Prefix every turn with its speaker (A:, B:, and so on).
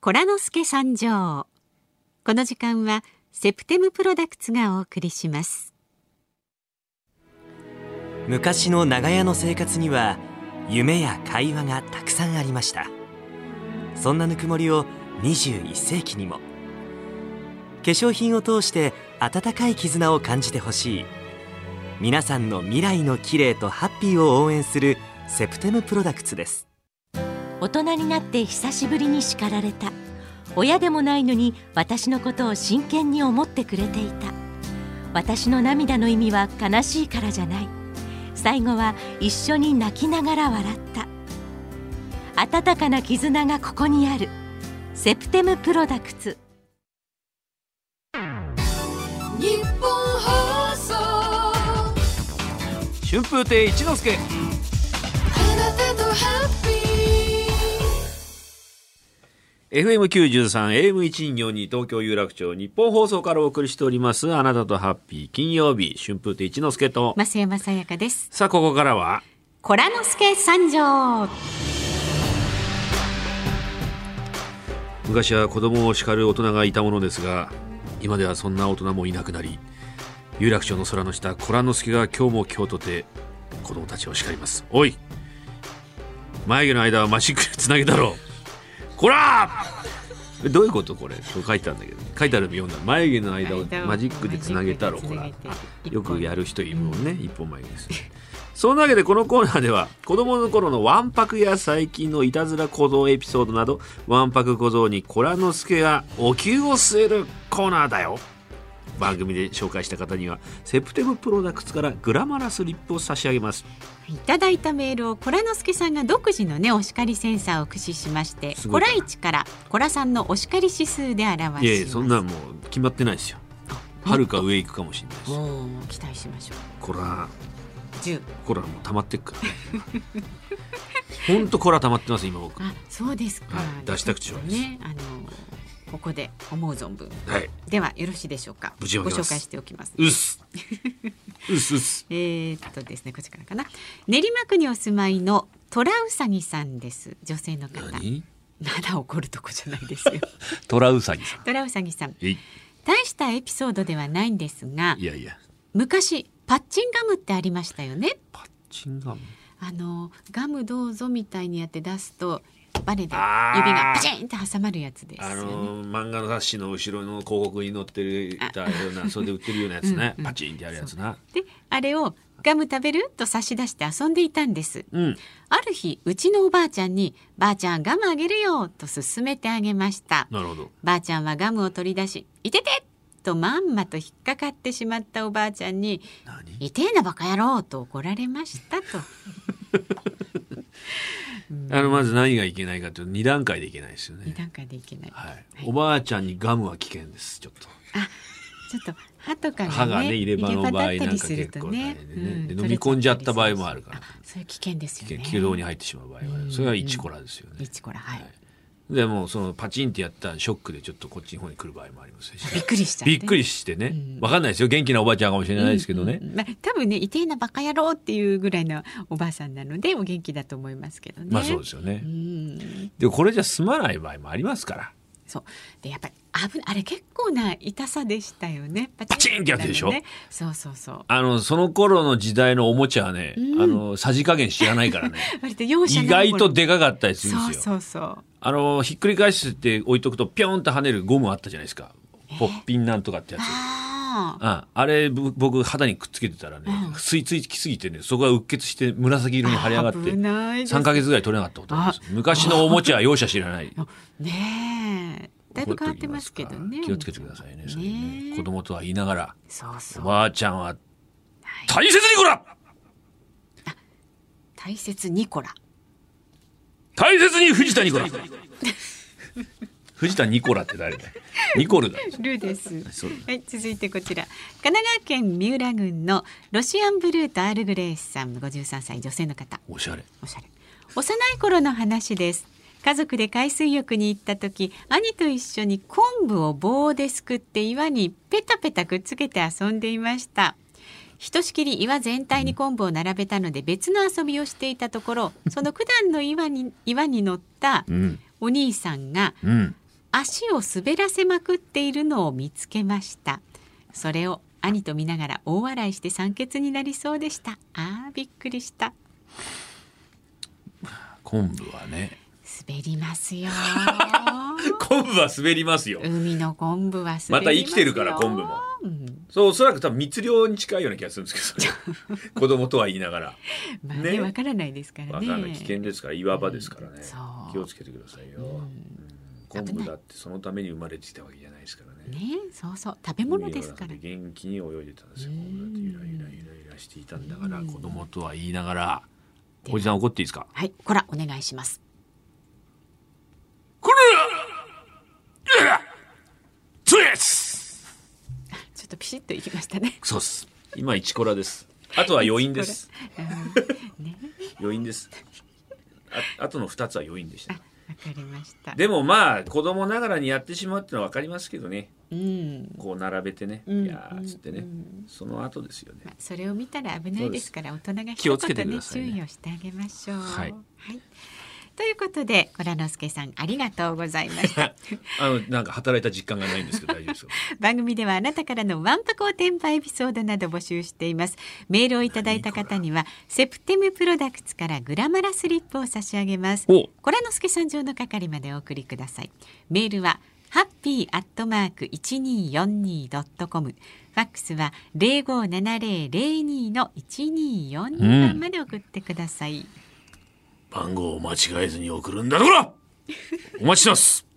A: コラノスケ参上この時間はセプテムプロダクツがお送りします
B: 昔の長屋の生活には夢や会話がたくさんありましたそんなぬくもりを21世紀にも化粧品を通して温かい絆を感じてほしい皆さんの未来の綺麗とハッピーを応援するセプテムプロダクツです
C: 大人になって久しぶりに叱られた親でもないのに私のことを真剣に思ってくれていた私の涙の意味は悲しいからじゃない最後は一緒に泣きながら笑った温かな絆がここにあるセプテムプロダクツ
D: 日本放送
E: 春風亭一之輔
D: あなたとハッピー
E: FM93AM1242 東京有楽町日本放送からお送りしておりますあなたとハッピー金曜日春風亭一之輔と、
A: 増山さやかです
E: さあここからは
A: コラノスケ参上
E: 昔は子供を叱る大人がいたものですが今ではそんな大人もいなくなり有楽町の空の下コラノスケが今日も京都で子供たちを叱りますおい眉毛の間はマジックでつなげたろうこらどういうことこれこれ書いてあるんだけど書いてあるの読んだ眉毛の間をマジックでつなげたろうこらよくやる人いるもんね、一本前ですねそんなわけでこのコーナーでは子供の頃のわんぱくや最近のいたずら小僧エピソードなどわんぱく小僧にコラノスケがお灸を据えるコーナーだよ番組で紹介した方にはセプテムプロダクツからグラマラスリップを差し上げます
A: いただいたメールをコラノスケさんが独自のねお叱りセンサーを駆使しまして
E: すご
A: コ
E: いな
A: ラ1からコラ3のお叱り指数で表します
E: いやいやそんなんもう決まってないですよはるか上行くかもしれないです
A: おー期待しましょう
E: コラ
A: 10
E: コラもう溜まってっからね ほんとコラ溜まってます今僕は
A: あそうですか、
E: はい出したくてしょうがないです
A: ねあのここで思う存分
E: い
A: ではよろしいでしょうかご
E: 無事お願いし
A: 紹
E: ます
A: 介しておきます
E: うっすうっすうっす
A: えーっとですねこっちからかな練馬区にお住まいのトラウサギさんです女性の方まだ怒るとこじゃない ですよ
E: トラウサギさん
A: トラウサギさん
E: えい
A: 大したエピソードではないんですが
E: いやいや
A: 昔パッチンガムってありましたよね
E: パッチンガム
A: あのガムどうぞみたいにやって出すとバネで指
E: あー
A: がパチンって挟まるやつです
E: あ
A: よね、
E: のー漫画の冊子の後ろの広告に載ってるたよ うなそれで売ってるようなやつねパチンってやるやつな
A: であれをガム食べると差し出して遊んでいたんです
E: うん
A: ある日うちのおばあちゃんに「ばあちゃんガムあげるよ」と勧めてあげました
E: なるほど
A: ばあちゃんはガムを取り出し「いてて!」とまんまと引っかかってしまったおばあちゃんに「
E: 何
A: いてえなバカ野郎」と怒られました と
E: あのまず何がいけないかというと2段階でいけないですよ
A: 2
E: ね
A: 段階でいけない、
E: はいおばあちゃんにガムは危険ですちょっと
A: ちょっと歯とかがね
E: 歯がね入れ歯の場合
A: 入れ歯だったりする
E: 結
A: と
E: 構大
A: ね
E: 変で
A: う
E: ね
A: ん
E: で飲み込んじゃった場合もあるから
A: あそれ危険ですよ
E: 危険
A: ね
E: 気道に入ってしまう場合はそれは1コラですよね
A: 一コラはい、
E: でもうそのパチンってやったショックでちょっとこっちの方に来る場合もありますし
A: びっくりしちゃって
E: びっくりしてね、わかんないですよ元気なおばあちゃんかもしれないですけどね、
A: まあ、多分ね「いてえなバカ野郎」っていうぐらいのおばあさんなのでお元気だと思いますけどね。
E: まあそうですよね、
A: うん
E: でこれじゃ済まない場合もありますから
A: そうでやっぱり危ないあれ結構な痛さでしたよねパ
E: チンってやつでしょ
A: なのねそうそうそう
E: あのその頃の時代のおもちゃはね、あのさじ加減知らないからね
A: 割と容赦
E: 意
A: ない
E: 外
A: 頃
E: とでかかったりするんですよ
A: そうそうそう
E: あのひっくり返して置いとくとピョンと跳ねるゴムあったじゃないですかポッピンなんとかってやつ、
A: ああ
E: ああれぶ僕肌にくっつけてたらね、吸い付きすぎてねそこがうっ血して紫色に腫れ上がって
A: 危ないです
E: 3ヶ月ぐらい取れなかったことあります昔のおもちゃは容赦知らない
A: ねえだいぶ変わってますけどね
E: 気をつけてくださいねそれ
A: ね
E: ね子供とは言いながら
A: そうそ
E: お
A: う
E: ばあちゃんは大切にこら
A: 大切にこら
E: 大切に藤田ニ コラ藤田ニコラって誰だよニコルだよ
A: ルーです
E: そう
A: はい、続いてこちら神奈川県三浦郡のロシアンブルーとアールグレイスさん53歳女性の方
E: おしゃれ
A: おしゃれ幼い頃の話です家族で海水浴に行った時兄と一緒に昆布を棒ですくって岩にペタペタくっつけて遊んでいましたひとしきり岩全体に昆布を並べたので別の遊びをしていたところその九段の岩に岩に乗った
E: うん
A: お兄さんが
E: うん
A: 足を滑らせまくっているのを見つけましたそれを兄と見ながら大笑いして酸欠になりそうでしたあーびっくりした
E: 昆布はね
A: 滑ります よ
E: 昆布は滑りますよ
A: 海の昆布は滑りますよ
E: また生きてるから昆布も
A: うん
E: そうおそらく多分密漁に近いような気がするんですけど、ね、子供とは言いながら
A: まあね
E: ね
A: わからないですから
E: わ
A: ね
E: かんない危険ですから岩場ですからね、
A: そう
E: 気をつけてくださいよ、
A: うん
E: 昆布だってそのために生まれてきたわけじゃないですからね
A: ねそうそう食べ物ですから
E: 海の中で元気に泳いでたんですよ。
A: うん
E: こうやってゆらゆらゆらゆらしていたんだから、
A: うん
E: 子供とは言いながら。
A: では
E: おじさん怒っていいですか。
A: はいこらお願いします
E: これ。うわそうです。
A: ちょっとピシッといきましたね
E: そうです。今一コラです。あとは余韻です。
A: うんね
E: 余韻です。あ、あとの二つは余韻でし
A: あ
E: た
A: わ。かりました
E: でもまあ子供ながらにやってしまうってのはわかりますけどね。
A: うん
E: こう並べてね、
A: うん
E: いやーっつってね、
A: うん
E: その後ですよね
A: ま。あ、それを見たら危ないですから大人が
E: 気をつけ
A: 一言
E: てく
A: ね
E: ださいね
A: 注意をしてあげましょう。
E: はい
A: ということでコラノスケさんありがとうございました。
E: あのなんか働いた実感がないんですけど大丈夫 ですか。
A: 番組ではあなたからのワンパコテンパエピソードなど募集していますメールをいただいた方にはセプテムプロダクツからグラマラスリップを差し上げます
E: お
A: コラノスケさん上の係までお送りくださいメールはハッピーアットマーク一二四二ドットコムファックスは零五七零零二の一二四二番まで送ってください、
E: 番号を間違えずに送るんだとこらお待ちしてます